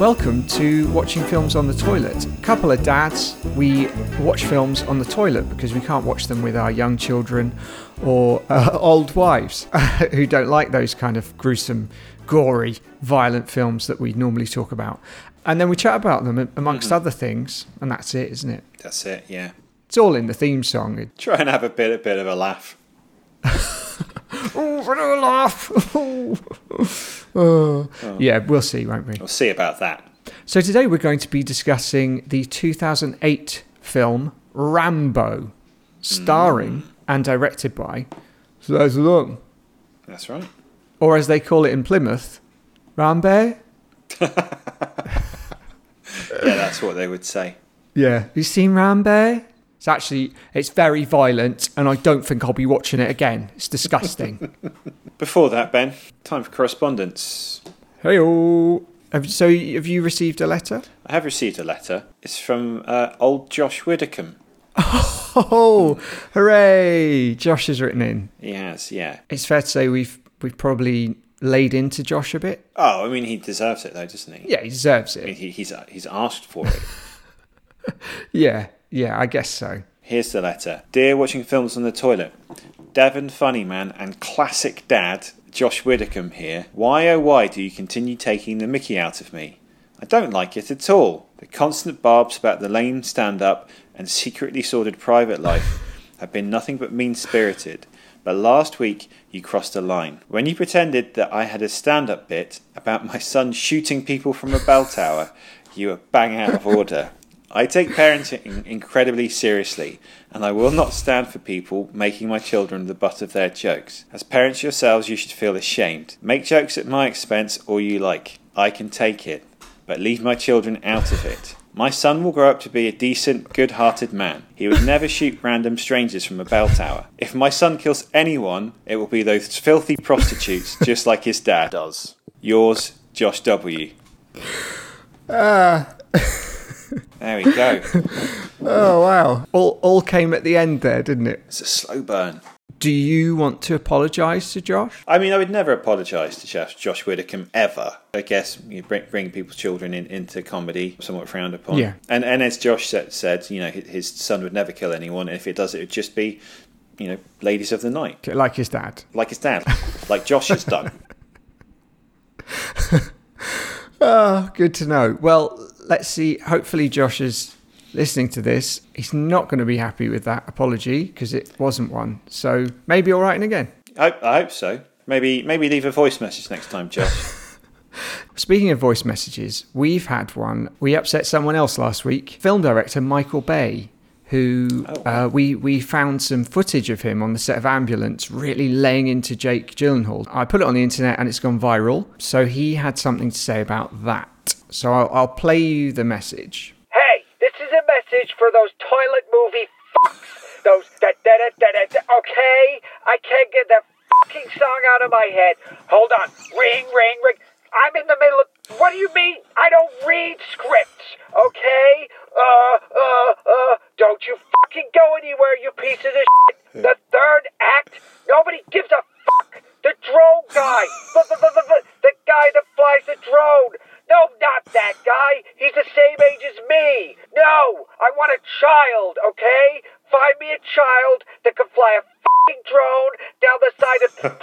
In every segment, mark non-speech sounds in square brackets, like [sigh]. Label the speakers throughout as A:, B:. A: Welcome to Watching Films on the Toilet. A couple of dads, we watch films on the toilet because we can't watch them with our young children or uh, [laughs] old wives who don't like those kind of gruesome, gory, violent films that we normally talk about. And then we chat about them a- amongst other things, and that's it, isn't it?
B: That's it, yeah.
A: It's all in the theme song.
B: Try and have a bit a bit of a laugh.
A: Ooh, what a laugh! [laughs] Ooh. Oh. Yeah, we'll see, won't we?
B: We'll see about that.
A: So today we're going to be discussing the 2008 film Rambo, starring and directed by Cesar Long,
B: That's right.
A: or as they call it in Plymouth, Rambo.
B: Yeah, that's what they would say.
A: Yeah, have you seen Rambo? It's actually it's very violent, and I don't think I'll be watching it again. It's [laughs] disgusting.
B: Before that, Ben, time for correspondence.
A: hey So have you received a letter?
B: I have received a letter. It's from uh, old Josh Widdicombe.
A: Oh, hooray! Josh has written in.
B: He has, yeah.
A: It's fair to say we've we've probably laid into Josh a bit.
B: Oh, I mean, he deserves it though, doesn't he?
A: Yeah, he deserves
B: I mean,
A: it.
B: He, he's he's asked for it.
A: Yeah, yeah, I guess so.
B: Here's the letter. Dear watching films on the toilet, Devon Funny Man and classic dad Josh Widdicombe here. Why oh why do you continue taking the mickey out of me? I don't like it at all. The constant barbs about the lame stand up and secretly sordid private life have been nothing but mean spirited. But last week you crossed a line. When you pretended that I had a stand up bit about my son shooting people from a bell tower, you were bang out of order. I take parenting incredibly seriously, and I will not stand for people making my children the butt of their jokes. As parents yourselves, you should feel ashamed. Make jokes at my expense all you like. I can take it, but leave my children out of it. My son will grow up to be a decent, good hearted man. He would never shoot random strangers from a bell tower. If my son kills anyone, it will be those filthy prostitutes, just like his dad [laughs] does. Yours, Josh W. There we go.
A: Oh wow! All all came at the end there, didn't it?
B: It's a slow burn.
A: Do you want to apologise to Josh?
B: I mean, I would never apologise to Josh, Josh Widdicombe ever. I guess you bring, bring people's children in, into comedy, somewhat frowned upon.
A: Yeah.
B: And and as Josh said, said you know, his, his son would never kill anyone. If it does, it would just be, you know, ladies of the night,
A: Like his dad.
B: like
A: [laughs]
B: his dad, like Josh has done.
A: Oh, good to know. Well, let's see. Hopefully, Josh is listening to this. He's not going to be happy with that apology because it wasn't one. So maybe all right and again.
B: I, I hope so. Maybe maybe leave a voice message next time, Josh.
A: Speaking of voice messages, we've had one. We upset someone else last week. Film director Michael Bay, who
B: Oh.
A: uh, we we found some footage of him on the set of Ambulance, really laying into Jake Gyllenhaal. I put it on the internet and it's gone viral. So he had something to say about that. So I'll, I'll play you the message.
C: Hey, this is a message for those toilet movie fucks. Those da da da da da. da okay, I can't get that fucking song out of my head. Hold on. Ring, ring, ring. I'm in the middle of. What do you mean? I don't read scripts. Okay. Uh, uh, uh. Don't you fucking go anywhere, you piece of this shit. The third act. Nobody gives a fuck. The drone guy. Bu- bu- bu- bu- bu- The guy that flies the drone. No, not that guy. He's the same age as me. No, I want a child, okay? Find me a child that can fly a fing drone down the side of [laughs]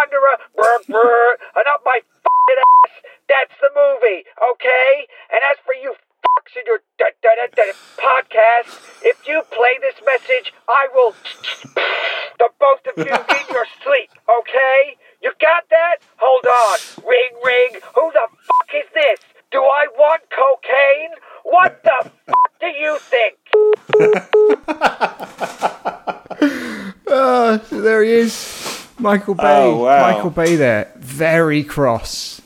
C: under a brr, brr, and up my fing ass. That's the movie, okay? And as for you fucks in your da, da, da, da, podcast, if you play this message, I will [laughs] the both of you in your sleep, okay? You got that? Hold on. Ring, ring. Who the fuck is this? Do I want cocaine? What the fuck do you think?
A: Uh, so there he is, Michael Bay.
B: Oh, wow.
A: Michael Bay there, very cross,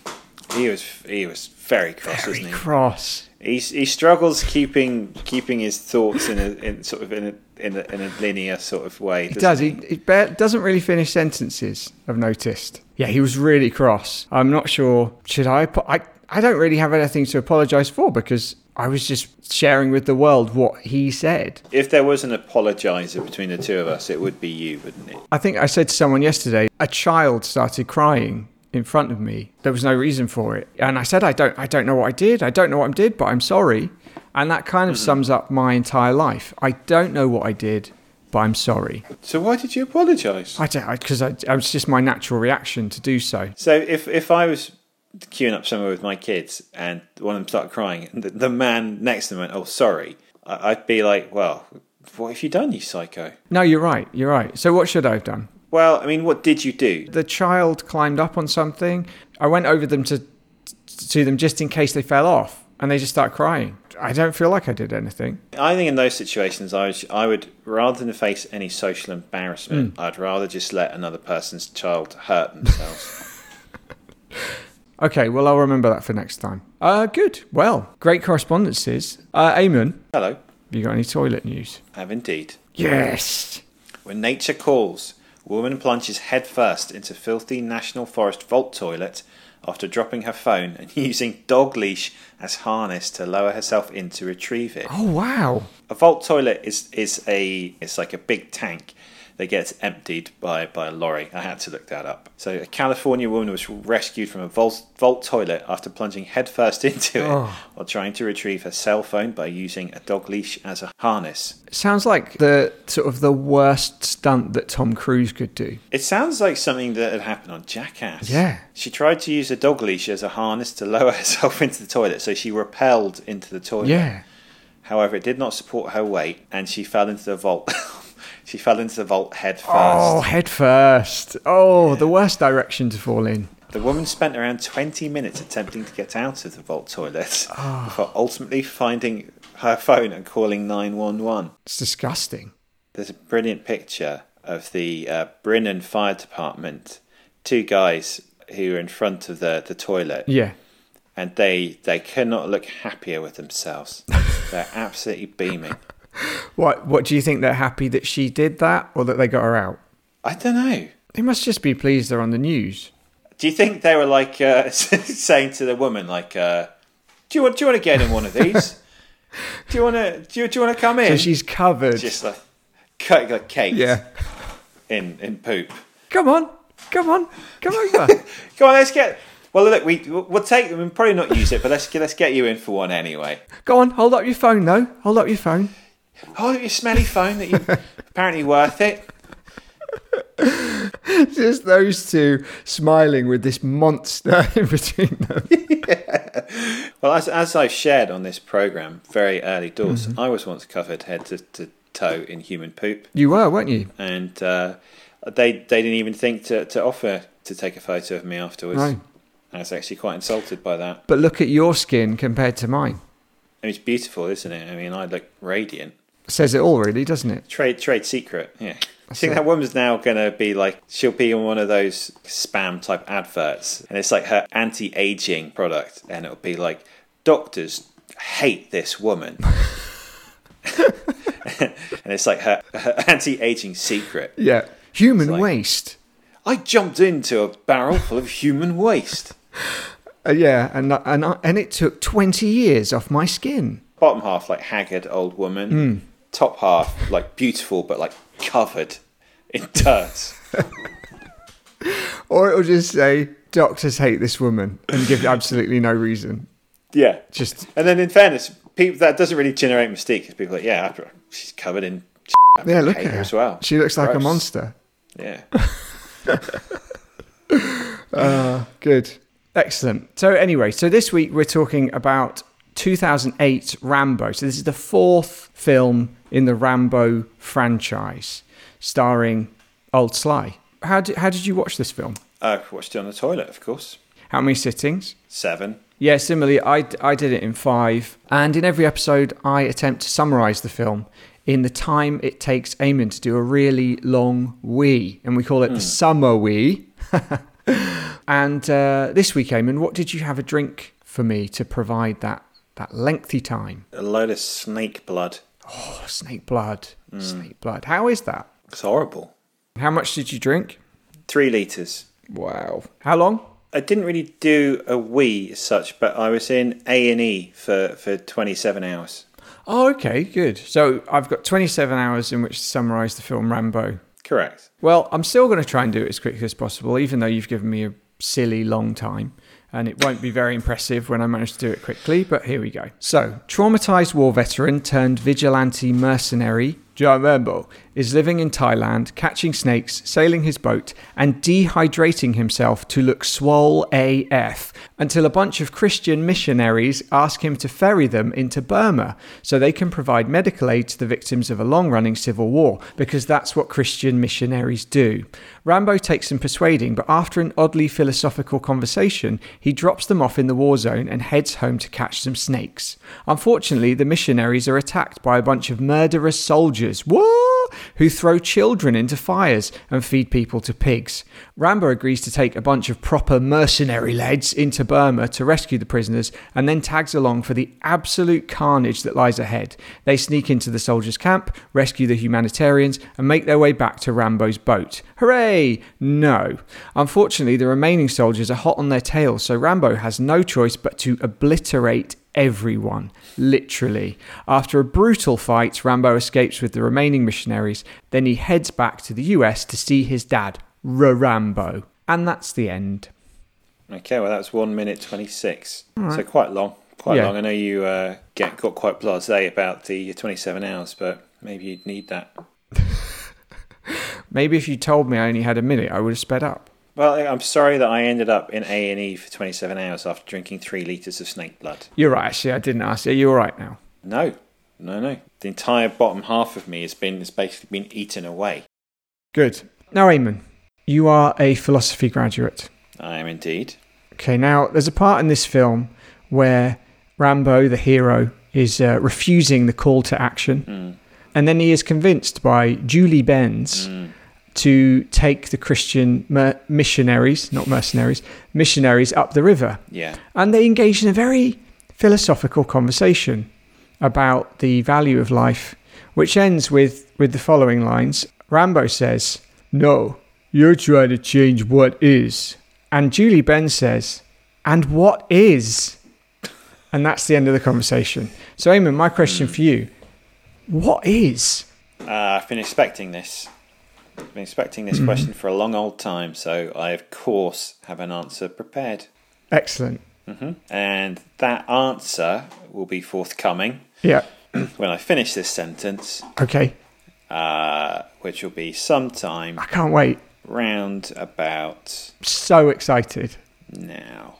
B: he was he was very cross,
A: very
B: wasn't he?
A: cross.
B: He, he struggles keeping keeping his thoughts in a in sort of in a in a, in a linear sort of way.
A: He does. He, he ba- doesn't really finish sentences. I've noticed. Yeah, he was really cross. I'm not sure. Should I? apo- I I don't really have anything to apologise for because I was just sharing with the world what he said.
B: If there was an apologizer between the two of us, it would be you, wouldn't it?
A: I think I said to someone yesterday, a child started crying in front of me. There was no reason for it. And I said, I don't I don't know what I did. I don't know what I did, but I'm sorry. And that kind of sums up my entire life. I don't know what I did, but I'm sorry.
B: So why did you apologize?
A: I don't because I, I, was just my natural reaction to do so.
B: So if if I was queuing up somewhere with my kids and one of them started crying, and the, the man next to them went, "Oh, sorry," I, I'd be like, "Well, what have you done, you psycho?"
A: No, you're right. You're right. So what should I have done?
B: Well, I mean, what did you do?
A: The child climbed up on something. I went over them to to them just in case they fell off, and they just start crying. I don't feel like I did anything.
B: I think in those situations, I would, I would rather than face any social embarrassment, I'd rather just let another person's child hurt themselves. [laughs]
A: Okay, well I'll remember that for next time. Uh, good. Well, great correspondences. Uh, Eamon,
B: Hello,
A: you got any toilet news?
B: have indeed.
A: Yes.
B: When nature calls, woman plunges headfirst into filthy National Forest vault toilet after dropping her phone and [laughs] using dog leash as harness to lower herself in to retrieve it.
A: Oh wow.
B: A vault toilet is is a it's like a big tank that gets emptied by by a lorry. I had to look that up. So a California woman was rescued from a vault, vault toilet after plunging headfirst [laughs] into it while trying to retrieve her cell phone by using a dog leash as a harness.
A: Sounds like the sort of the worst stunt that Tom Cruise could do.
B: It sounds like something that had happened on Jackass.
A: Yeah.
B: She tried to use a dog leash as a harness to lower [laughs] herself into the toilet, so she repelled into the toilet.
A: Yeah.
B: However, it did not support her weight, and she fell into the vault. [laughs] she fell into the vault head first.
A: Oh, head first. Oh, the worst direction to fall in.
B: The woman spent around 20 minutes attempting to get out of the vault toilet
A: Oh.
B: before ultimately finding her phone and calling 911.
A: It's disgusting.
B: There's a brilliant picture of the uh, Brinnan Fire Department, two guys who are in front of the, the toilet,
A: Yeah.
B: and they, they cannot look happier with
A: [laughs]
B: themselves. They're absolutely beaming.
A: What What do you think? They're happy that she did that, or that they got her out?
B: I don't know.
A: They must just be pleased they're on the news.
B: Do you think they were like uh, [laughs] saying to the woman, like, uh, "Do you want? Do you want to get in one of these? do you want to? Do you, do you want to come in?"
A: So she's covered.
B: just like cut like cake
A: yeah.
B: in in poop.
A: Come on, come on, come [laughs] over.
B: Come on, let's get. Well, look, we we'll take them and probably not use it, but let's get let's get you in for one anyway.
A: Go on, hold up your phone though. Hold up your phone.
B: Oh, your smelly phone that you apparently worth it.
A: [laughs] Just those two smiling with this monster [laughs] in between them.
B: Well, as as I've shared on this program very early doors, I was once covered head to, to toe in human poop.
A: You were, weren't you?
B: and uh, they they didn't even think to, to offer to take a photo of me afterwards.
A: No.
B: I was actually quite insulted by that.
A: But look at your skin compared to mine.
B: I mean, it's beautiful, isn't it? I mean, I look radiant.
A: Says it all, really, doesn't it?
B: Trade trade secret. Yeah. I
A: it.
B: think that woman's now gonna be like she'll be on one of those spam type adverts, and it's like her anti aging product, and it'll be like doctors hate this woman, [laughs] and it's like her, her anti aging secret.
A: Yeah. Human
B: like-
A: waste.
B: I jumped into a barrel full of human waste.
A: Uh, yeah, and and uh, and it took twenty years off my skin.
B: bottom half like haggard old woman top half like beautiful but like covered in dirt
A: Or it'll just say, "Doctors hate this woman," and give absolutely no reason.
B: yeah
A: Just
B: and then in fairness people that doesn't really generate mystique 'cause people are like yeah after, she's covered in I
A: yeah, look
B: hate
A: at her
B: as well
A: She looks like a
B: Gross.
A: monster.
B: yeah
A: Good, excellent. So anyway, so this week we're talking about 2008 Rambo. So this is the fourth film in the Rambo franchise, starring Old Sly. How did how did you watch this film?
B: i watched it on the toilet of course
A: How many sittings?
B: seven
A: Yeah, similarly, I, I did it in five. And in every episode, I attempt to summarize the film in the time it takes Eamon to do a really long wee. And we call it the summer wee. [laughs] and uh, this week, Eamon, what did you have a drink for me to provide that That lengthy time.
B: A load of snake blood.
A: Oh, snake blood. Snake blood. How is that?
B: It's horrible.
A: How much did you drink?
B: Three litres.
A: Wow. How long?
B: I didn't really do a wee as such, but I was in A and E for for 27 hours.
A: Oh, okay, good. So I've got 27 hours in which to summarize the film Rambo.
B: Correct.
A: Well, I'm still going to try and do it as quickly as possible, even though you've given me a silly long time. And it won't be very impressive when I manage to do it quickly, but here we go. So, traumatized war veteran turned vigilante mercenary, John Rambo, is living in Thailand, catching snakes, sailing his boat, and dehydrating himself to look swole AF until a bunch of Christian missionaries ask him to ferry them into Burma so they can provide medical aid to the victims of a long running civil war, because that's what Christian missionaries do. Rambo takes some persuading, but after an oddly philosophical conversation, he drops them off in the war zone and heads home to catch some snakes. Unfortunately, the missionaries are attacked by a bunch of murderous soldiers. Whoa! Who throw children into fires and feed people to pigs. Rambo agrees to take a bunch of proper mercenary lads into Burma to rescue the prisoners and then tags along for the absolute carnage that lies ahead. They sneak into the soldiers' camp, rescue the humanitarians, and make their way back to Rambo's boat. Hooray! No. Unfortunately, the remaining soldiers are hot on their tails, so Rambo has no choice but to obliterate everyone, literally. After a brutal fight, Rambo escapes with the remaining missionaries. Then he heads back to the US to see his dad, Rambo. And that's the end.
B: Okay, well that was one minute 26, so quite long. Quite
A: Yeah.
B: long. I know you uh, get got quite blasé about the 27 hours, but maybe you'd need that.
A: Maybe if you told me I only had a minute, I would have sped up.
B: Well, I'm sorry that I ended up in A and E for 27 hours after drinking three liters of snake blood.
A: You're right, actually, I didn't ask. Are you all right now?
B: No, no, no. The entire bottom half of me has been has basically been eaten away.
A: Good. Now, Eamon, you are a philosophy graduate.
B: I am indeed.
A: Okay, now there's a part in this film where Rambo, the hero, is uh, refusing the call to action. And then he is convinced by Julie Benz to take the Christian mer- missionaries, not mercenaries, missionaries up the river.
B: Yeah.
A: And they engage in a very philosophical conversation about the value of life, which ends with, with the following lines Rambo says, No, you're trying to change what is. And Julie Ben says, And what is? And that's the end of the conversation. So, Eamon, my question for you what is?
B: Uh, I've been expecting this. I've been expecting this question for a long old time, so I of course have an answer prepared.
A: Excellent.
B: And that answer will be forthcoming
A: Yeah.
B: when I finish this sentence,
A: Okay.
B: uh, which will be sometime
A: I can't wait.
B: round about
A: So excited.
B: now.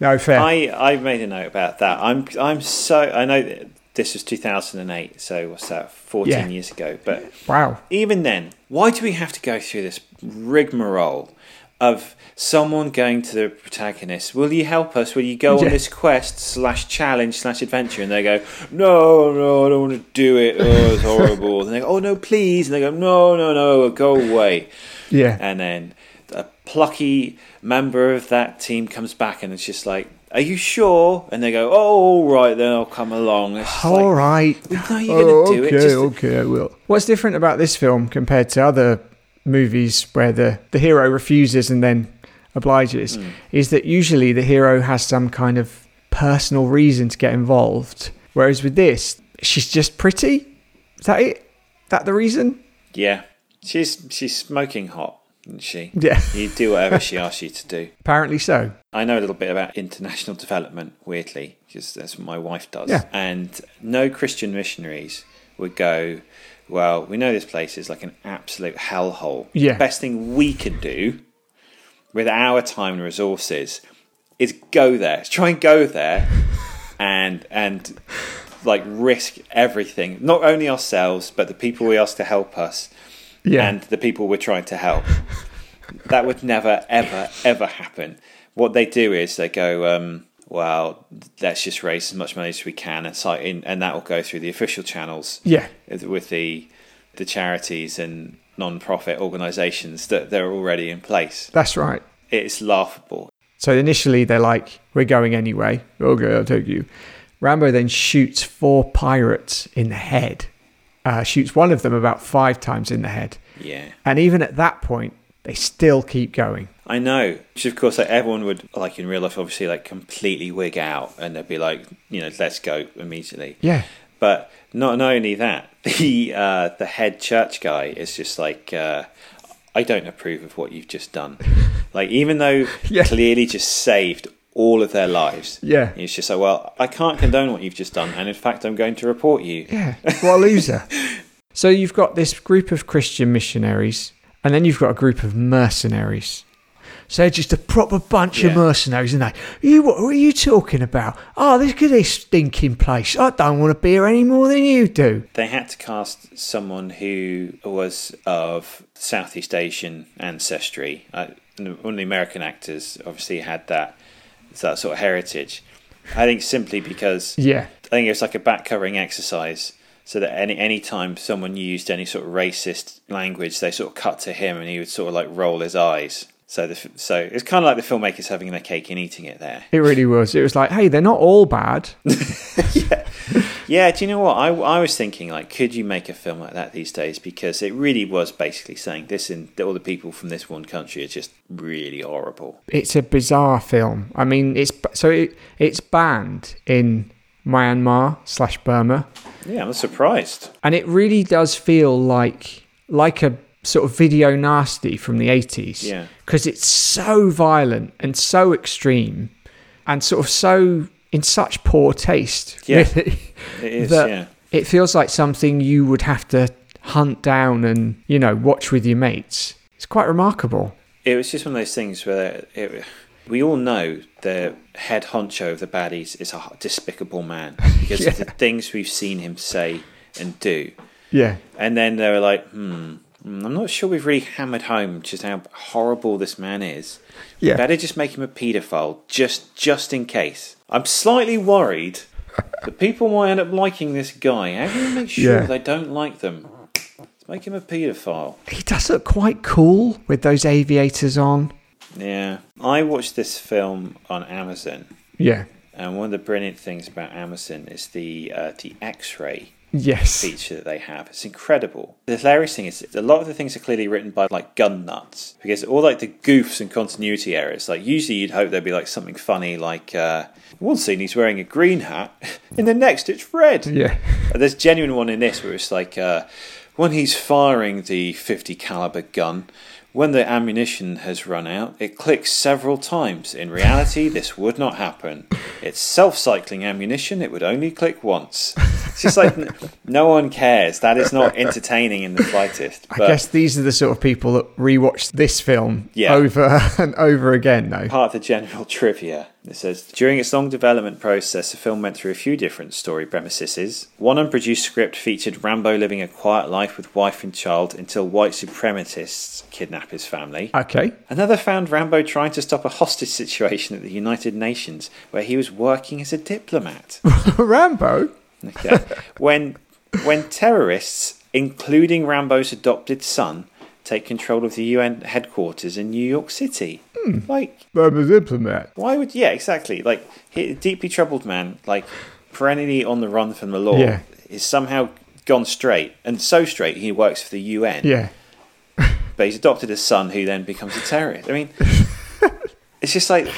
A: No, fair.
B: I I made a note about that. I'm I'm so I know that this was 2008, so what's that? 14
A: Yeah.
B: years ago. But
A: wow.
B: even then, why do we have to go through this rigmarole of someone going to the protagonist? Will you help us? Will you go
A: Yeah.
B: on this quest slash challenge slash adventure? And they go, no, no, I don't want to do it. Oh, it's horrible. and they go, oh no, please. And they go, no, no, no, go away.
A: Yeah.
B: And then a plucky member of that team comes back and it's just like, are you sure? And they go, oh, all right, then I'll come along. It's just
A: All
B: like,
A: right.
B: No, you're going to do it. Just-
A: Oh, okay, I will. What's different about this film compared to other movies where the, the hero refuses and then obliges is that usually the hero has some kind of personal reason to get involved. Whereas with this, she's just pretty. Is that it? That the reason?
B: Yeah, she's she's smoking hot, isn't she?
A: Yeah.
B: you do whatever she asks you to do.
A: Apparently so.
B: I know a little bit about international development, weirdly, because that's what my wife does.
A: Yeah.
B: And no Christian missionaries would go. Well, we know this place is like an absolute hellhole.
A: Yeah.
B: Best thing we can do with our time and resources is go there. Try and
A: [laughs]
B: go there and and like risk everything. Not only ourselves, but the people we ask to help us
A: Yeah.
B: and the people we're trying to help. that would never, ever, ever happen. What they do is they go, um, well, let's just raise as much money as we can, and, so, in, and that will go through the official channels
A: Yeah.
B: with the the charities and non-profit organisations that they're already in place.
A: That's right.
B: It's laughable.
A: So initially, they're like, we're going anyway. Okay, I'll take you. Rambo then shoots four pirates in the head, uh, shoots one of them about five times in the head.
B: Yeah.
A: And even at that point, they still keep going.
B: I know. Which, of course, like, everyone would, like in real life, obviously, like completely wig out and they'd be like, you know, let's go immediately.
A: Yeah.
B: But not only that, [laughs] the uh, the head church guy is just like, uh, I don't approve of what you've just
A: [laughs]
B: done. like, even though
A: Yeah.
B: clearly just saved all of their lives.
A: Yeah.
B: It's just like, well, I can't condone what you've just done. And in fact, I'm going to report you.
A: Yeah, [laughs] what a loser. so you've got this group of Christian missionaries, and then you've got a group of mercenaries. So they're just a proper bunch of
B: Yeah.
A: mercenaries, aren't they? You, what are you talking about? Oh, this look at this stinking place. I don't want to be here any more than you do.
B: They had to cast someone who was of Southeast Asian ancestry. Uh, one of the American actors obviously had that that sort of heritage. I think simply because
A: Yeah,
B: I think it was like a back covering exercise, so that any any time someone used any sort of racist language, they sort of cut to him, and he would sort of like roll his eyes. So the f- so it's kind of like the filmmakers having their cake and eating it there.
A: it really was. It was like, hey, they're not all bad.
B: Yeah, do you know what? I, I was thinking, like, could you make a film like that these days? Because it really was basically saying this and all the people from this one country are just really horrible.
A: it's a bizarre film. I mean, it's so it, it's banned in Myanmar slash Burma.
B: Yeah, I'm surprised.
A: and it really does feel like like a sort of video nasty from the 80s
B: Yeah.
A: because it's so violent and so extreme and sort of so in such poor taste
B: Yeah.
A: really
B: It
A: [laughs]
B: is,
A: that
B: yeah.
A: it feels like something you would have to hunt down and you know watch with your mates it's quite remarkable
B: It was just one of those things where it, we all know the head honcho of the baddies is a despicable man because of the things we've seen him say and do.
A: yeah
B: And then they were like, hmm, mm, I'm not sure we've really hammered home just how horrible this man is.
A: Yeah.
B: Better just make him a paedophile, just just in case. I'm slightly worried that people might end up liking this guy. How do you make sure
A: Yeah.
B: they don't like them? Let's make him a paedophile.
A: he does look quite cool with those aviators on
B: Yeah. I watched this film on Amazon,
A: yeah
B: and one of the brilliant things about Amazon is the uh, the X-ray
A: yes
B: feature that they have. It's incredible. The hilarious thing is a lot of the things are clearly written by like gun nuts because all like the goofs and continuity errors. Like usually you'd hope there'd be like something funny like uh, one scene he's wearing a green hat, [laughs] in the next it's red.
A: yeah
B: And There's a genuine one in this where it's like uh, when he's firing the 50 caliber gun. When the ammunition has run out, it clicks several times. In reality, this would not happen. It's self cycling ammunition, it would only click once. It's just like n- no one cares. That is not entertaining in the slightest.
A: I
B: But
A: guess these are the sort of people that rewatch this film
B: Yeah.
A: over [laughs] and over again, though.
B: part of the general [laughs] trivia. It says during its long development process, the film went through a few different story premises. One unproduced script featured Rambo living a quiet life with wife and child until white supremacists kidnap his family.
A: Okay. [laughs]
B: Another found Rambo trying to stop a hostage situation at the United Nations, where he was working as a diplomat. [laughs]
A: Rambo?
B: Okay. when when terrorists, including Rambo's adopted son, take control of the UN headquarters in New York City, like
A: Burma's diplomat.
B: why would yeah exactly like he, a deeply troubled man like perennially on the run from the law
A: Yeah.
B: is somehow gone straight and so straight he works for the UN
A: Yeah.
B: but he's adopted a son who then becomes a
A: [laughs]
B: terrorist. I mean, it's just like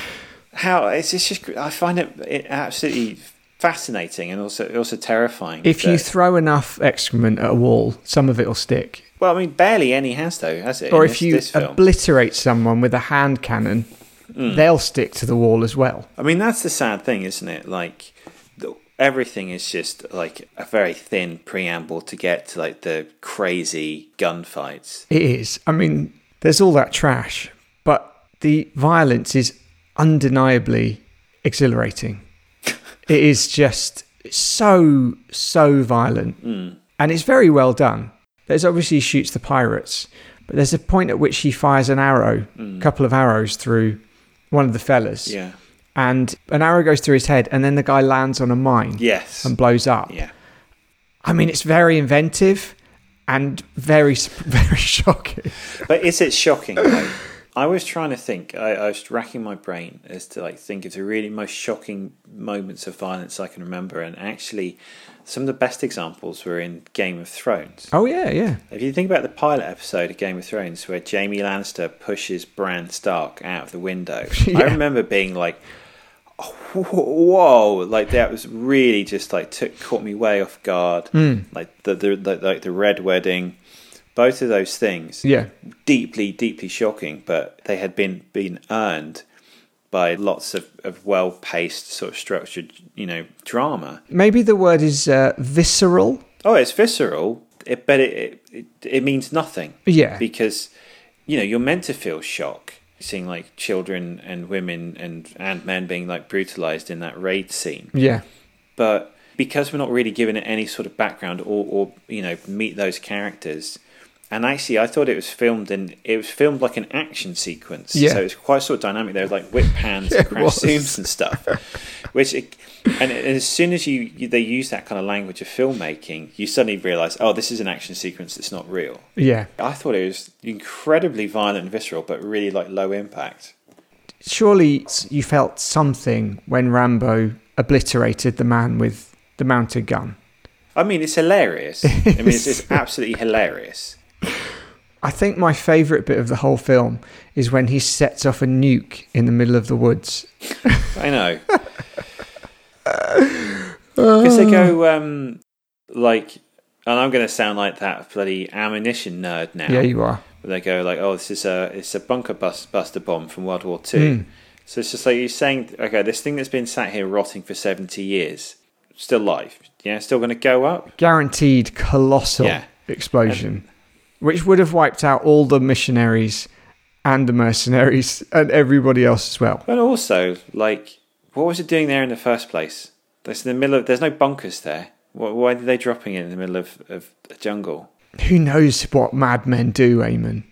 B: how it's, it's just I find it, it absolutely fascinating and also also terrifying.
A: If you
B: that-
A: throw enough excrement at a wall, some of it will stick.
B: well, I mean, barely any has though has it?
A: Or
B: in
A: if
B: this-
A: you
B: this film. Hmm.
A: obliterate someone with a hand cannon, they'll stick to the wall as well.
B: I mean, that's the sad thing, isn't it? Like, the, everything is just like a very thin preamble to get to like the crazy gunfights.
A: It is. I mean, there's all that trash, but the violence is undeniably exhilarating. it is just so, so violent. And it's very well done. There's obviously he shoots the pirates, but there's a point at which he fires an arrow, a couple of arrows through one of the fellas.
B: Yeah.
A: And an arrow goes through his head, and then the guy lands on a mine
B: Yes. [laughs]
A: and blows up.
B: yeah.
A: I mean, it's very inventive and [laughs] very, very shocking.
B: But is it shocking? though? I was trying to think. I, I was racking my brain as to like think of the really most shocking moments of violence I can remember, and actually, some of the best examples were in Game of Thrones.
A: Oh yeah, yeah.
B: If you think about the pilot episode of Game of Thrones where Jamie Lannister pushes Bran Stark out of
A: [laughs]
B: the window,
A: Yeah.
B: I remember being like, "Whoa!" Like that was really just like took caught me way off guard.
A: Hmm.
B: Like the, the, the like the red wedding, both of those things,
A: Yeah.
B: deeply deeply shocking, but they had been been earned by lots of, of well paced sort of structured you know drama.
A: Maybe the word is uh, visceral.
B: Oh, it's visceral, it, but it, it it means nothing.
A: Yeah.
B: because you know you're meant to feel shock seeing like children and women and and men being like brutalized in that raid scene,
A: Yeah.
B: but because we're not really giving it any sort of background or or you know meet those characters. And actually, I thought it was filmed in it was filmed like an action sequence,
A: Yeah.
B: so it's quite sort of dynamic. There was like whip
A: [laughs]
B: hands and
A: It
B: crash
A: was.
B: zooms and stuff, which it, and, and as soon as you, you they use that kind of language of filmmaking, you suddenly realise, oh, this is an action sequence that's not real.
A: Yeah.
B: I thought it was incredibly violent and visceral, but really like low impact.
A: Surely you felt something when Rambo obliterated the man with the mounted gun.
B: I mean, it's hilarious. I mean,
A: [laughs]
B: it's, it's absolutely hilarious.
A: I think my favourite bit of the whole film is when he sets off a nuke in the middle of the woods.
B: I know. Because they go um, like, and I'm going to sound like that bloody ammunition nerd now.
A: Yeah, you are.
B: But they go like, "Oh, this is a it's a bunker bus, buster bomb from World War Two.
A: Hmm.
B: So it's just like you're saying, okay, this thing that's been sat here rotting for seventy years, still live, yeah, still going to go up.
A: Guaranteed colossal
B: Yeah.
A: explosion, which would have wiped out all the missionaries and the mercenaries [laughs] and everybody else as well.
B: But also, like, what was it doing there in the first place? That's in the middle of. There's no bunkers there. Why, why are they dropping it in the middle of, of a jungle?
A: Who knows what madmen do, Eamon?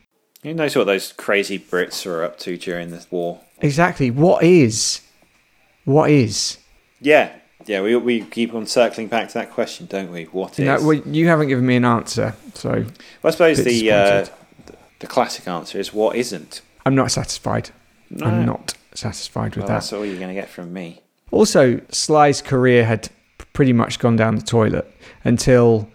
B: Who knows what those crazy Brits were up to during the war?
A: Exactly. What is? What is?
B: Yeah, yeah. We we keep on circling back to that question, don't we? What is?
A: No, well, you haven't given me an answer, so
B: Well, I suppose
A: bit
B: the uh,
A: disappointed.
B: the classic answer is what isn't.
A: I'm not satisfied. I'm
B: No.
A: not satisfied with
B: Well,
A: that.
B: that's all you're going to get from me.
A: Also, Sly's career had pretty much gone down the toilet until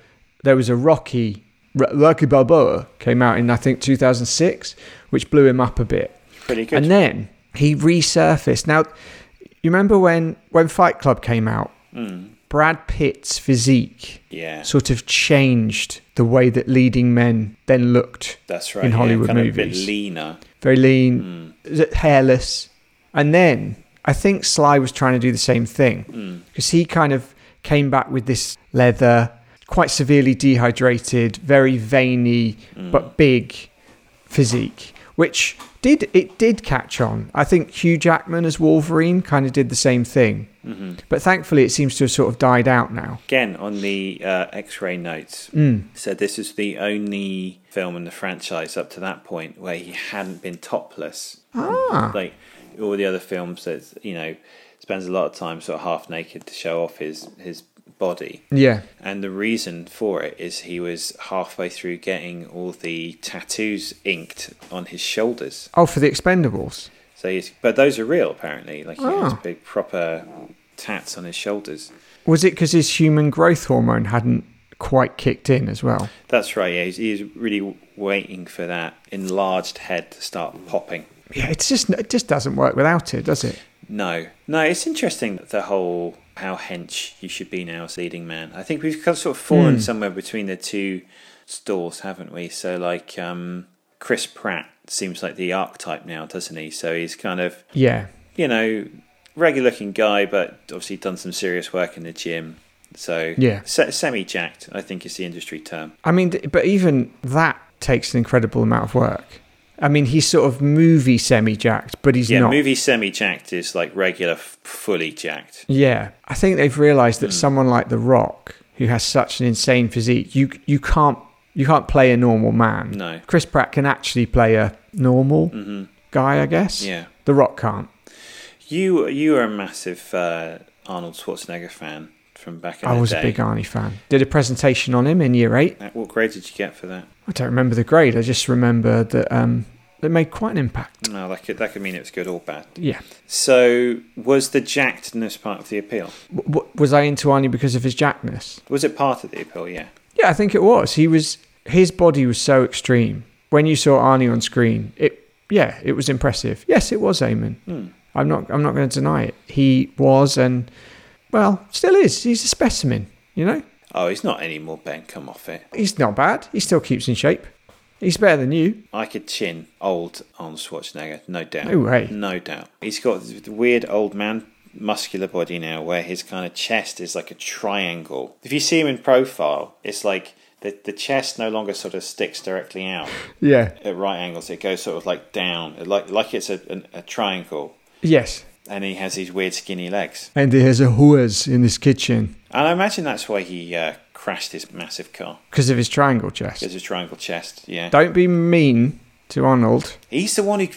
A: there was a Rocky, R- Rocky Balboa came out in, I think, 2006, which blew him up a bit.
B: Pretty good.
A: And then he resurfaced. Now, you remember when, when Fight Club came out? Brad Pitt's physique
B: Hmm. yeah,
A: sort of changed the way that leading men then looked
B: that's right.
A: in
B: yeah,
A: Hollywood
B: kind of a bit
A: movies.
B: leaner.
A: very lean, z- hairless. And then I think Sly was trying to do the same thing because he kind of came back with this leather, quite severely dehydrated, very veiny but big physique, which did it did catch on. I think Hugh Jackman as Wolverine kind of did the same thing, but thankfully it seems to have sort of died out now.
B: Again, on the uh, X-ray notes, said this is the only film in the franchise up to that point where he hadn't been topless. Like all the other films that you know spends a lot of time sort of half naked to show off his his body.
A: Yeah,
B: And the reason for it is he was halfway through getting all the tattoos inked on his shoulders.
A: Oh, for the Expendables.
B: So, he's, but those are real apparently. Like he has
A: Oh.
B: big proper tats on his shoulders.
A: Was it because his human growth hormone hadn't quite kicked in as well?
B: That's right. Yeah, he's, he's really waiting for that enlarged head to start popping.
A: Yeah, it's just it just doesn't work without it, does it?
B: No, no. It's interesting that the whole how hench you should be now as leading man. I think we've kind of sort of fallen somewhere between the two stores, haven't we? So like um, Chris Pratt seems like the archetype now, doesn't he? So he's kind of
A: Yeah,
B: you know regular looking guy, but obviously done some serious work in the gym. So
A: Yeah.
B: se- semi jacked. I think is the industry term.
A: I mean, th- but even that takes an incredible amount of work. I mean, he's sort of movie semi-jacked, but he's
B: Yeah,
A: not.
B: movie semi jacked is like regular, f- fully jacked.
A: Yeah, I think they've realised
B: Hmm.
A: that someone like The Rock, who has such an insane physique, you you can't you can't play a normal man.
B: No. Mm-hmm.
A: Chris Pratt can actually play a normal guy, I guess.
B: Yeah.
A: The Rock can't.
B: You you are a massive uh, Arnold Schwarzenegger fan from back in
A: I
B: the
A: was
B: day.
A: a big Arnie fan. Did a presentation on him in year eight.
B: Uh, What grade did you get for that?
A: I don't remember the grade. I just remember that um, It made quite an impact.
B: No, that could, that could mean it was good or bad.
A: Yeah.
B: So, was the jackedness part of the appeal?
A: W- w- was I into Arnie because of his jackness?
B: Was it part of the appeal? Yeah.
A: Yeah, I think it was. He was his body was so extreme. When you saw Arnie on screen, it yeah, it was impressive. Yes, it was Eamon. I'm not I'm not going to deny it. He was and well, still is. He's a specimen, you know?
B: Oh, he's not anymore, Ben. Come off it.
A: He's not bad. He still keeps in shape. He's better than you.
B: I could chin old Arnold Schwarzenegger, no doubt.
A: No way.
B: No doubt. He's got this weird old man muscular body now where his kind of chest is like a triangle. If you see him in profile, it's like the, the chest no longer sort of sticks directly out
A: Yeah.
B: at right angles. It goes sort of like down, like, like it's a, an, a triangle.
A: Yes.
B: And he has these weird skinny legs.
A: And there's a hoers in this kitchen
B: And I imagine that's why he uh, crashed his massive car.
A: because of his triangle chest.
B: There's a triangle chest, yeah.
A: Don't be mean to Arnold.
B: He's the one who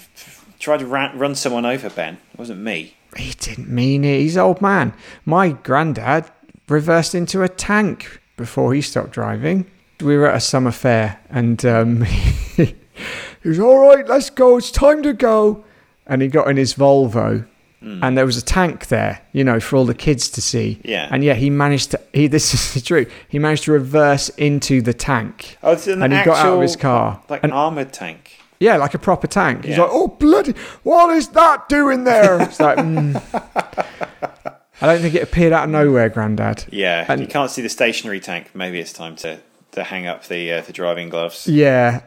B: tried to ra- run someone over, Ben. It wasn't me.
A: He didn't mean it. He's an old man. My granddad reversed into a tank before he stopped driving. We were at a summer fair and um, [laughs] he was, all right, let's go. It's time to go. And he got in his Volvo
B: Hmm.
A: and there was a tank there, you know, for all the kids to see.
B: Yeah.
A: And yeah, he managed to, he, [laughs] this is the truth, he managed to reverse into the tank.
B: Oh, it's an
A: and he
B: actual,
A: got out of his car.
B: like
A: And-
B: an armored tank.
A: yeah, like a proper tank. He's
B: Yeah.
A: like, oh bloody, what is that doing
B: [laughs]
A: there? It's like, mm. I don't think it appeared out of nowhere, Grandad.
B: Yeah,
A: And-
B: you can't see the stationary tank. Maybe it's time to, to hang up the uh, the driving gloves.
A: Yeah.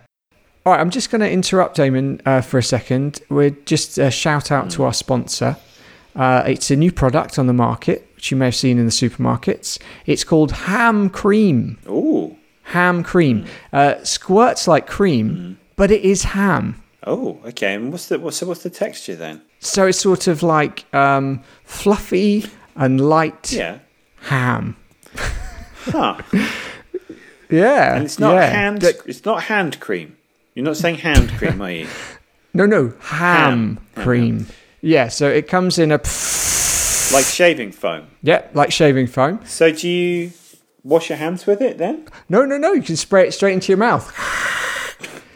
A: All right, I'm just going to interrupt Damon uh, for a second. We're just a shout out to our sponsor. Uh, it's a new product on the market, which you may have seen in the supermarkets. It's called ham cream.
B: Ooh,
A: Ham cream
B: Mm.
A: uh, squirts like
B: Mm-hmm.
A: cream, but it is ham.
B: oh, okay. And what's the what's the, what's the texture then?
A: So it's sort of like um, fluffy and light
B: Yeah,
A: ham.
B: huh?
A: Yeah,
B: And it's not
A: yeah.
B: hand.
A: D-
B: It's not hand cream. You're not saying hand cream,
A: [laughs]
B: are you?
A: no, no, ham,
B: Ham.
A: cream. Yeah, so it comes in a
B: Like shaving foam.
A: yeah, like shaving foam.
B: So do you wash your hands with it then? [laughs]
A: No, no, no, you can spray it straight into your mouth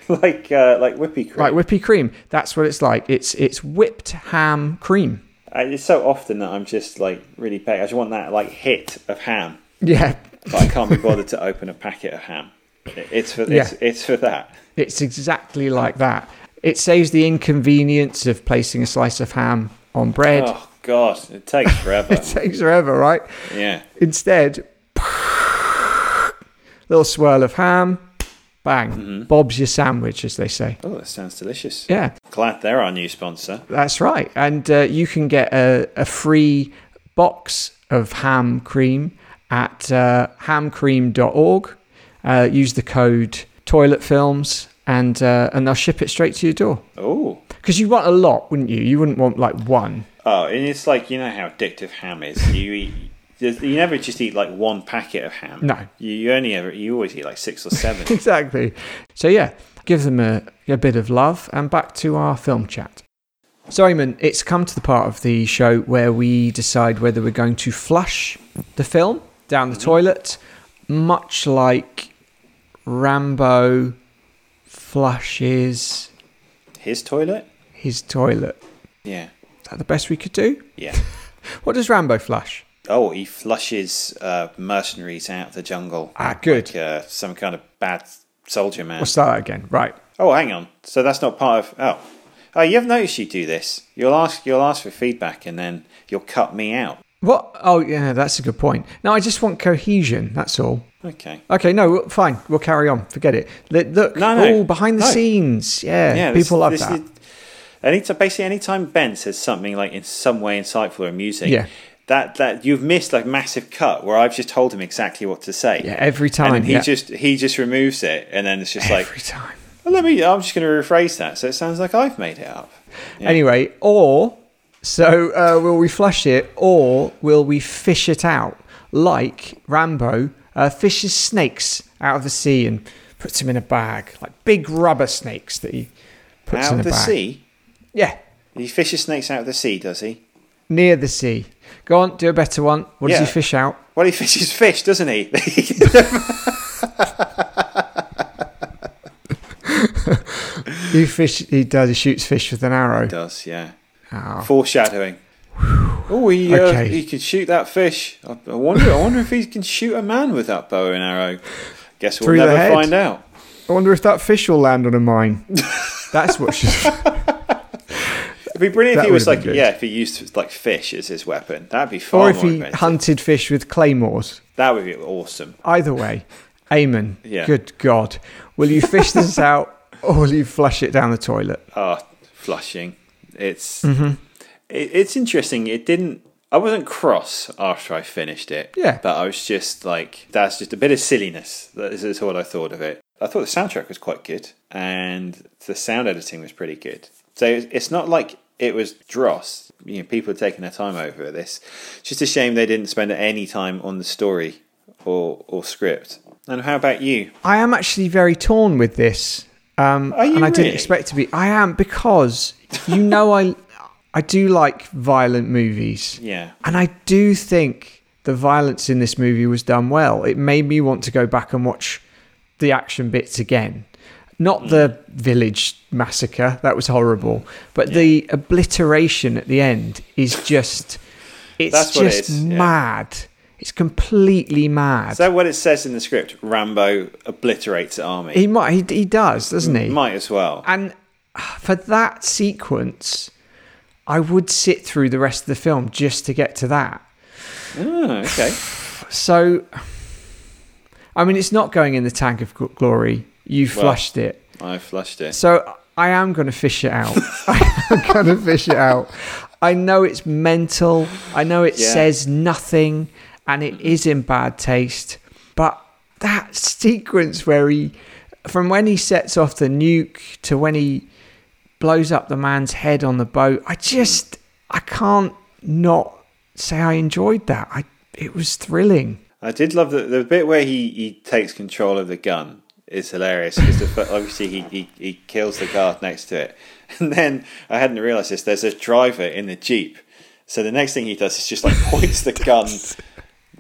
B: Like uh, like whippy cream.
A: like whippy cream. That's what it's like. It's it's whipped ham cream.
B: I, Uh, it's so often that I'm just like really pay. I just want that like hit of ham,
A: Yeah,
B: but I can't be bothered to open a packet of ham. It- It's for it's,
A: Yeah.
B: it's for that.
A: it's exactly like that. It saves the inconvenience of placing a slice of ham on bread. [laughs]
B: Oh god, it takes forever.
A: It takes forever, right?
B: yeah.
A: Instead, [laughs] little swirl of ham, bang,
B: Mm-hmm.
A: bob's your sandwich, as they say.
B: Oh, that sounds delicious.
A: Yeah,
B: Glad they're our new sponsor.
A: that's right. And uh, you can get a, a free box of ham cream at uh, hamcream.org. Uh, use the code toiletfilms and uh, and they'll ship it straight to your door.
B: Oh.
A: Because you want a lot, wouldn't you? You wouldn't want like one.
B: Oh, and it's like you know how addictive ham is. You eat. there's- You never just eat like one packet of ham.
A: No.
B: You, you only ever. You always eat like six or seven.
A: [laughs] exactly. So yeah, give them a, a bit of love and back to our film chat. So Eamon, it's come to the part of the show where we decide whether we're going to flush the film down the toilet, much like Rambo flushes
B: His toilet.
A: his toilet.
B: Yeah.
A: Is that the best we could do?
B: Yeah.
A: What does Rambo flush?
B: Oh, he flushes uh, mercenaries out of the jungle.
A: Ah, good.
B: Like, uh, some kind of bad soldier man.
A: We'll start again. Right.
B: Oh, hang on. So that's not part of. Oh, oh, you have noticed you do this. You'll ask. You'll ask for feedback, and then you'll cut me out.
A: What? Oh, yeah, that's a good point. No, I just want cohesion. That's all.
B: Okay.
A: Okay, no, well, fine. We'll carry on. Forget it. Li- Look,
B: No, no.
A: oh, behind the
B: No.
A: scenes. Yeah,
B: this-
A: people love
B: this
A: that.
B: is- Any ti- basically, anytime Ben says something like in some way insightful or amusing,
A: Yeah.
B: that that you've missed like massive cut where I've just told him exactly what to say.
A: Yeah, every time,
B: And then he
A: yeah.
B: just he just removes it, and then it's just like,
A: Every time.
B: "Well, let me. I'm just going to rephrase that, so it sounds like I've made it up.
A: Anyway, or so uh, will we flush it, or will we fish it out like Rambo uh, fishes snakes out of the sea and puts them in a bag, like big rubber snakes that he puts
B: out
A: in a
B: of the
A: bag.
B: sea,
A: Yeah,
B: he fishes snakes out of the sea, does he?
A: near the sea. Go on, do a better one. What
B: Yeah.
A: does he fish out?
B: Well, he [laughs] fishes fish, doesn't he? [laughs]
A: He fish. He does. He shoots fish with an arrow.
B: does, yeah.
A: Oh.
B: Foreshadowing. Oh, he, uh,
A: Okay.
B: he could shoot that fish. I, I wonder. I wonder if he can shoot a man with that bow and arrow. Guess we'll
A: Through the
B: never
A: head.
B: find out.
A: I wonder if that fish will land on a mine. [laughs] That's what. Should,
B: It'd be brilliant
A: That
B: if he
A: would've
B: was like,
A: been good.
B: yeah, if he used like fish as his weapon. That'd be
A: [laughs]
B: far
A: or
B: more
A: if Oh, he
B: inventive.
A: hunted fish with claymores.
B: That would be awesome.
A: Either way, Eamon,
B: Yeah.
A: good God, will you fish [laughs] this out or will you flush it down the toilet?
B: Ah, flushing. It's it, it's interesting. It didn't. I wasn't cross after I finished it.
A: Yeah.
B: but I was just like, that's just a bit of silliness. That is, is what I thought of it. I thought the soundtrack was quite good, and the sound editing was pretty good. So it's it's not like it was dross. You know, people are taking their time over this. It's just a shame they didn't spend any time on the story or or script. And how about you?
A: I am actually very torn with this. Um,
B: Are you
A: and I didn't
B: really?
A: expect to be. I am because you know I I do like violent movies.
B: Yeah.
A: And I do think the violence in this movie was done well. It made me want to go back and watch the action bits again. Not the
B: Mm.
A: village massacre, that was horrible, but the obliteration at the end is just it's
B: That's what it
A: just
B: is, yeah.
A: mad. It's completely mad.
B: Is that what it says in the script? Rambo obliterates army.
A: He might. He, he does, doesn't he? Ah.
B: Might as well.
A: And for that sequence, I would sit through the rest of the film just to get to that.
B: Oh, okay.
A: So, I mean, it's not going in the tank of gl- glory. You flushed it.
B: I flushed it.
A: So I am going to fish it out. [laughs] I'm going to fish it out. I know it's mental. I know it
B: Yeah.
A: says nothing and it is in bad taste. But that sequence where he, from when he sets off the nuke to when he blows up the man's head on the boat, I just, I can't not say I enjoyed that. I, it was thrilling.
B: I did love the, the bit where he, he takes control of the gun. is hilarious because obviously he, he, he kills the guard next to it. [laughs] And then I hadn't realised this. There's a driver in the jeep. So the next thing he does is just like points the gun,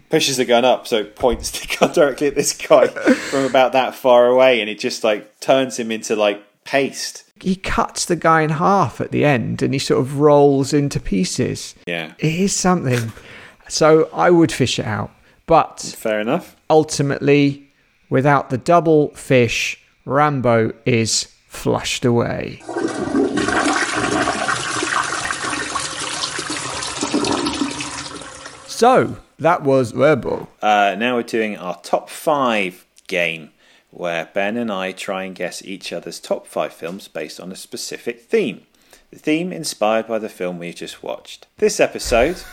B: pushes the gun up, so it points the gun [laughs] directly at this guy from about that far away, and it just like turns him into like paste.
A: He cuts the guy in half at the end and he sort of rolls into pieces.
B: Yeah,
A: It is something. so I would fish it out. But
B: fair enough.
A: ultimately, without the double fish, Rambo is flushed away. So that was Rambo.
B: Uh, now we're doing our top five game, where Ben and I try and guess each other's top five films based on a specific theme. The theme inspired by the film we just watched. This episode,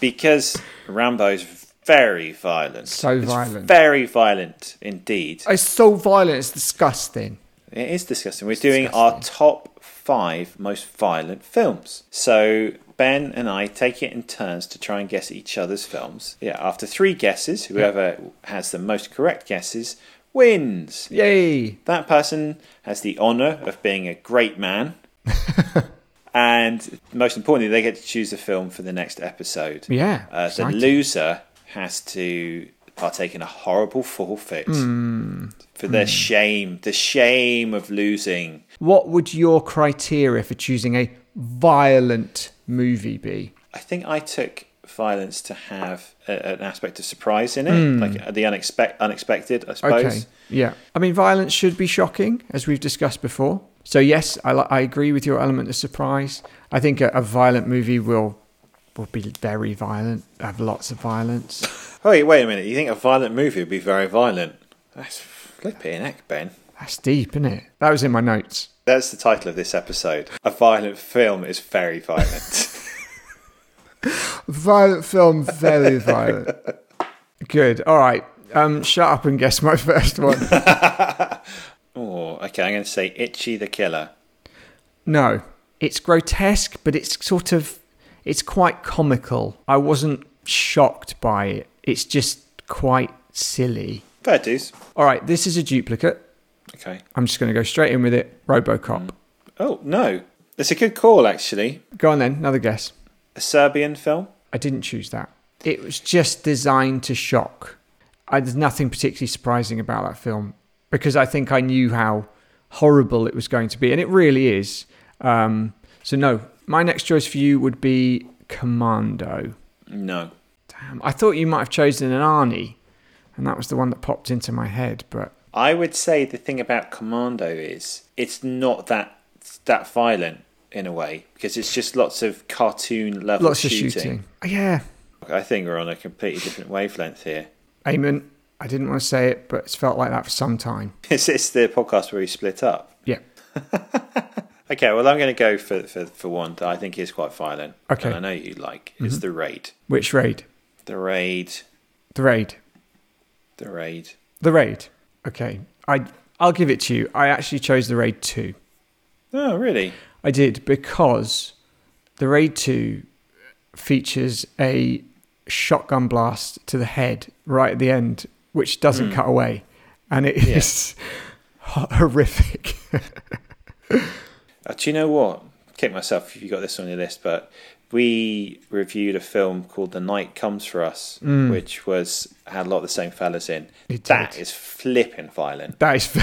B: because Rambo's very violent.
A: So
B: It's
A: violent.
B: Very violent indeed.
A: It's so violent, it's disgusting.
B: It is disgusting. We're doing our top five most violent films. So Ben and I take it in turns to try and guess each other's films. Yeah, after three guesses, whoever has the most correct guesses wins.
A: Yay!
B: That person has the honour of being a great man. and most importantly, they get to choose a film for the next episode.
A: Yeah,
B: Uh, the
A: exciting.
B: loser has to partake in a horrible forfeit
A: Hmm.
B: for their shame, the shame of losing.
A: What would your criteria for choosing a violent movie be?
B: I think I took violence to have a, an aspect of surprise in it, like uh, the unexpect, unexpected, I suppose.
A: Hmm. Okay. Yeah. I mean, violence should be shocking, as we've discussed before. So yes, I, li- I agree with your element of surprise. I think a, a violent movie will will be very violent, have lots of violence.
B: Oh, Wait, wait a minute. You think a violent movie would be very violent? That's flipping heck, Ben.
A: That's deep, isn't it? That was in my notes.
B: That's the title of this episode. A violent film is
A: [laughs]
B: very violent.
A: Violent film, very violent. [laughs] Good. All right. Um, shut up and guess my [laughs] first one.
B: oh, okay. I'm going to say Itchy the Killer.
A: No. It's grotesque, but it's sort of it's quite comical. I wasn't shocked by it. It's just quite silly.
B: Fair dues.
A: All right, this is a duplicate.
B: Okay.
A: I'm just going to go straight in with it. RoboCop.
B: Oh no, it's a good call actually.
A: Go on then, another guess.
B: A Serbian film.
A: I didn't choose that. It was just designed to shock. I, there's nothing particularly surprising about that film because I think I knew how horrible it was going to be, and it really is. Um, so no, my next choice for you would be Commando.
B: No.
A: Damn, I thought you might have chosen an Arnie, and that was the one that popped into my head, but
B: I would say the thing about Commando is it's not that that violent in a way because it's just lots of cartoon level
A: lots
B: shooting.
A: of shooting. Yeah,
B: I think we're on a completely different wavelength here. [laughs]
A: Amen. I didn't want to say it, but it's felt like that for some time.
B: Is this the podcast where we split up?
A: Yeah.
B: Okay, well I'm going to go for, for for one that I think is quite violent.
A: Okay. Mm-hmm.
B: and I know you like is the raid,
A: Which raid?
B: the raid,
A: The raid.
B: the raid.
A: The raid. Okay. I I'll give it to you. I actually chose the raid two.
B: Oh really?
A: I did because the Raid 2 features a shotgun blast to the head right at the end, which doesn't cut away. And it is [laughs] horrific. [laughs]
B: Uh, do you know what? Kick myself if you got this on your list, but we reviewed a film called The Night Comes for Us, which was had a lot of the same fellas in.
A: Mm. It
B: That
A: did.
B: is flipping violent.
A: that is.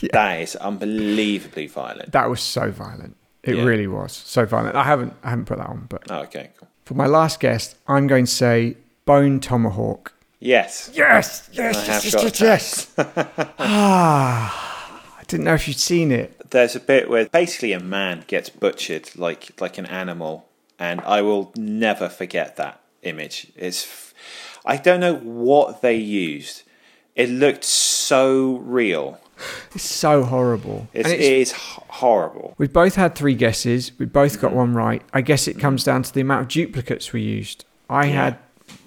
A: [laughs] yeah,
B: That is unbelievably violent.
A: that was so violent. It
B: Yeah.
A: really was so violent. I haven't I haven't put that on, but
B: Oh, okay, cool.
A: for my last guest, I'm going to say Bone Tomahawk.
B: Yes.
A: Yes, yes, yes,
B: I have
A: yes,
B: got
A: yes,
B: that.
A: yes. ah, I didn't know if you'd seen it.
B: There's a bit where basically a man gets butchered like like an animal, and I will never forget that image. It's f- I don't know what they used. It looked so real.
A: It's so horrible.
B: It's,
A: And
B: it's, it is h- horrible.
A: We both had three guesses. We both
B: Mm-hmm.
A: got one right. I guess it comes down to the amount of duplicates we used. I had,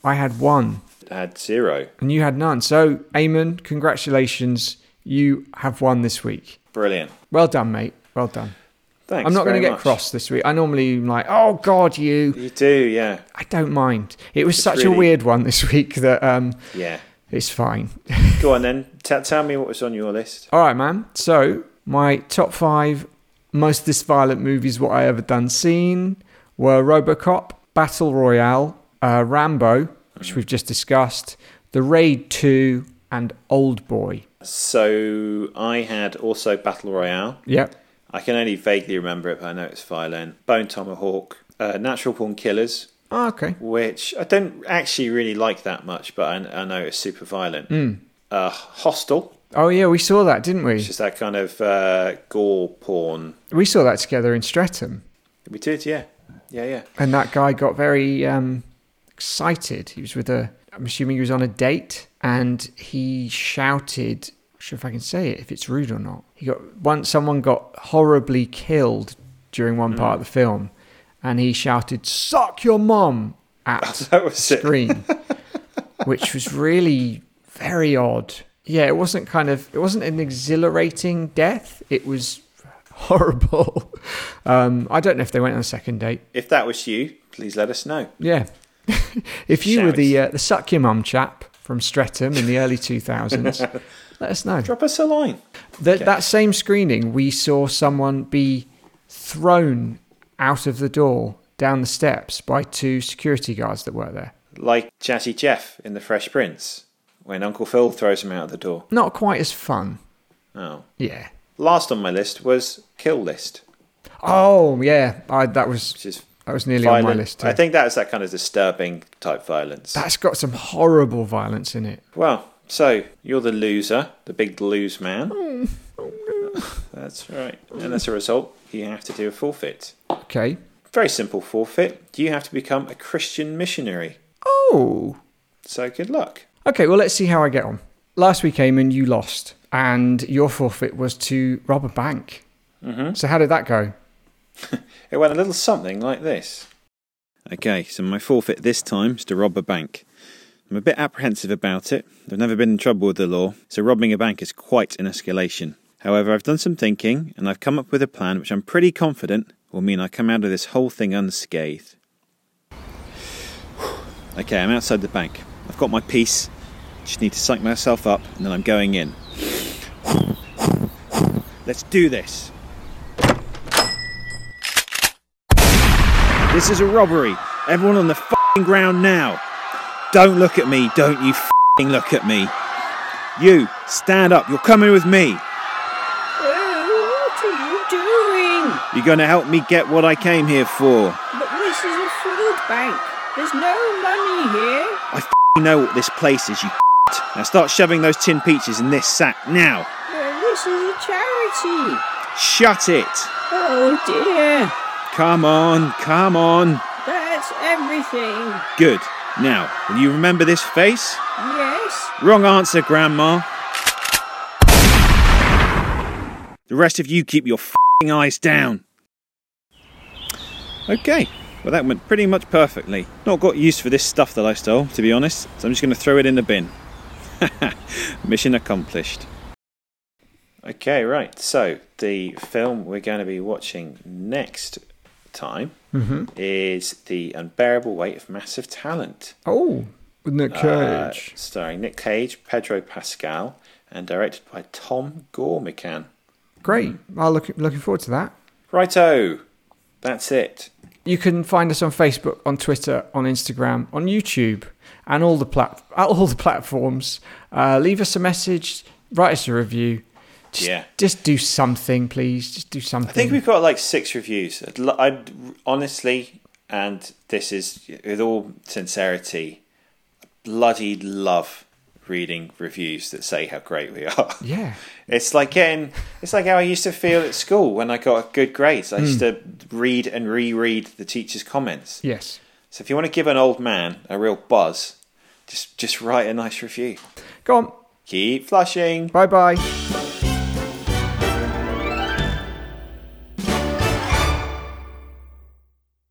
A: I had one,
B: I had zero.
A: and you had none. So, Eamon, congratulations. You have won this week.
B: Brilliant.
A: Well done, mate. Well done.
B: Thanks.
A: I'm not going to get
B: very much.
A: cross this week. I normally am like, oh God, you.
B: You do, yeah,
A: I don't mind. It was such a
B: really-
A: weird one this [laughs] week that um,
B: yeah.
A: it's fine.
B: Go on then. T- tell me what was on your list.
A: All right, man. So my top five most this violent movies what I ever done seen were RoboCop, Battle Royale, uh, Rambo, which we've just discussed, The Raid 2, and Old Boy.
B: So I had also Battle Royale.
A: Yep.
B: I can only vaguely remember it, but I know it's violent. Bone Tomahawk, uh, Natural Born Killers,
A: Oh, okay.
B: which I don't actually really like that much, but I, I know it's super violent.
A: Hmm.
B: Uh, Hostel,
A: Oh yeah, we saw that, didn't we?
B: which is that kind of uh, gore porn.
A: We saw that together in Streatham,
B: We did, yeah, yeah, yeah.
A: and that guy got very um, excited. He was with a, I'm assuming he was on a date, and he shouted. Not sure if I can say it, if it's rude or not. He got one. Someone got horribly killed during one
B: Mm.
A: part of the film, and he shouted "suck your mum" at
B: [laughs] That was it.
A: screen, which was really very odd. Yeah, it wasn't kind of it wasn't an exhilarating death. It was horrible. [laughs] Um, I don't know if they went on a second date.
B: If that was you, please let us know. [laughs]
A: Yeah. if you were
B: Shouts.
A: the uh, the suck your mum chap from Streatham in the early
B: [laughs]
A: 2000s, let us know.
B: Drop us a line.
A: Th- That same screening, we saw someone be thrown out of the door down the steps by two security guards that were there.
B: like Jazzy Jeff in The Fresh Prince when Uncle Phil throws him out of the door.
A: Not quite as fun.
B: Oh.
A: Yeah.
B: Last on my list was Kill List,
A: Oh yeah, I, that was
B: which is
A: that was nearly on my
B: violent.
A: list too.
B: I think that is that kind of disturbing type violence.
A: That's got some horrible violence in it.
B: well, so you're the loser, the big lose man. [laughs] that's right. And as a result, you have to do a forfeit.
A: Okay.
B: Very simple forfeit. You have to become a Christian missionary.
A: Oh.
B: So good luck.
A: Okay, well, let's see how I get on. Last week, Eamon, you lost, and your forfeit was to rob a bank. Mm-hmm. So, how did that go?
B: It went a little something like this. Okay, so my forfeit this time is to rob a bank. I'm a bit apprehensive about it. I've never been in trouble with the law, so robbing a bank is quite an escalation. However, I've done some thinking and I've come up with a plan which I'm pretty confident will mean I come out of this whole thing unscathed. [sighs] Okay, I'm outside the bank. I've got my piece. Just need to psych myself up and then I'm going in. [sighs] Let's do this. This is a robbery. Everyone on the fing ground now. Don't look at me. Don't you fing look at me. You, stand up. You're coming with me. You're going to help me get what I came here for.
D: But this is a food bank. There's no money here.
B: I f***ing know what this place is, you [laughs] Now start shoving those tin peaches in this sack now.
D: But this is a charity.
B: Shut it.
D: Oh dear.
B: Come on, come on.
D: That's everything.
B: Good. Now, will you remember this face?
D: Yes.
B: Wrong answer, Grandma. The rest of you keep your fing eyes down. Okay, well, that went pretty much perfectly. Not got use for this stuff that I stole, to be honest, so I'm just going to throw it in the bin. [laughs] Mission accomplished. Okay, right, so the film we're going to be watching next time is The Unbearable Weight of Massive Talent.
A: Oh, Nick
B: Uh,
A: Cage.
B: starring Nick Cage, Pedro Pascal, and directed by Tom Gormican.
A: Great. I'm look, looking forward to that.
B: Righto, that's it.
A: You can find us on Facebook, on Twitter, on Instagram, on YouTube, and all the plat- [laughs] at all the platforms. Uh, leave us a message, write us a review. Just,
B: Yeah.
A: just do something, please. Just do something.
B: I think we've got like six reviews. I'd, lo- I'd honestly, and this is with all sincerity, bloody love reading reviews that say how great we are. [laughs]
A: yeah.
B: It's like getting, it's like how I used to feel at school when I got good grades. I used to read and reread the teacher's comments.
A: Yes.
B: So if you want to give an old man a real buzz, just just write a nice review.
A: Go on.
B: Keep flushing.
A: Bye bye.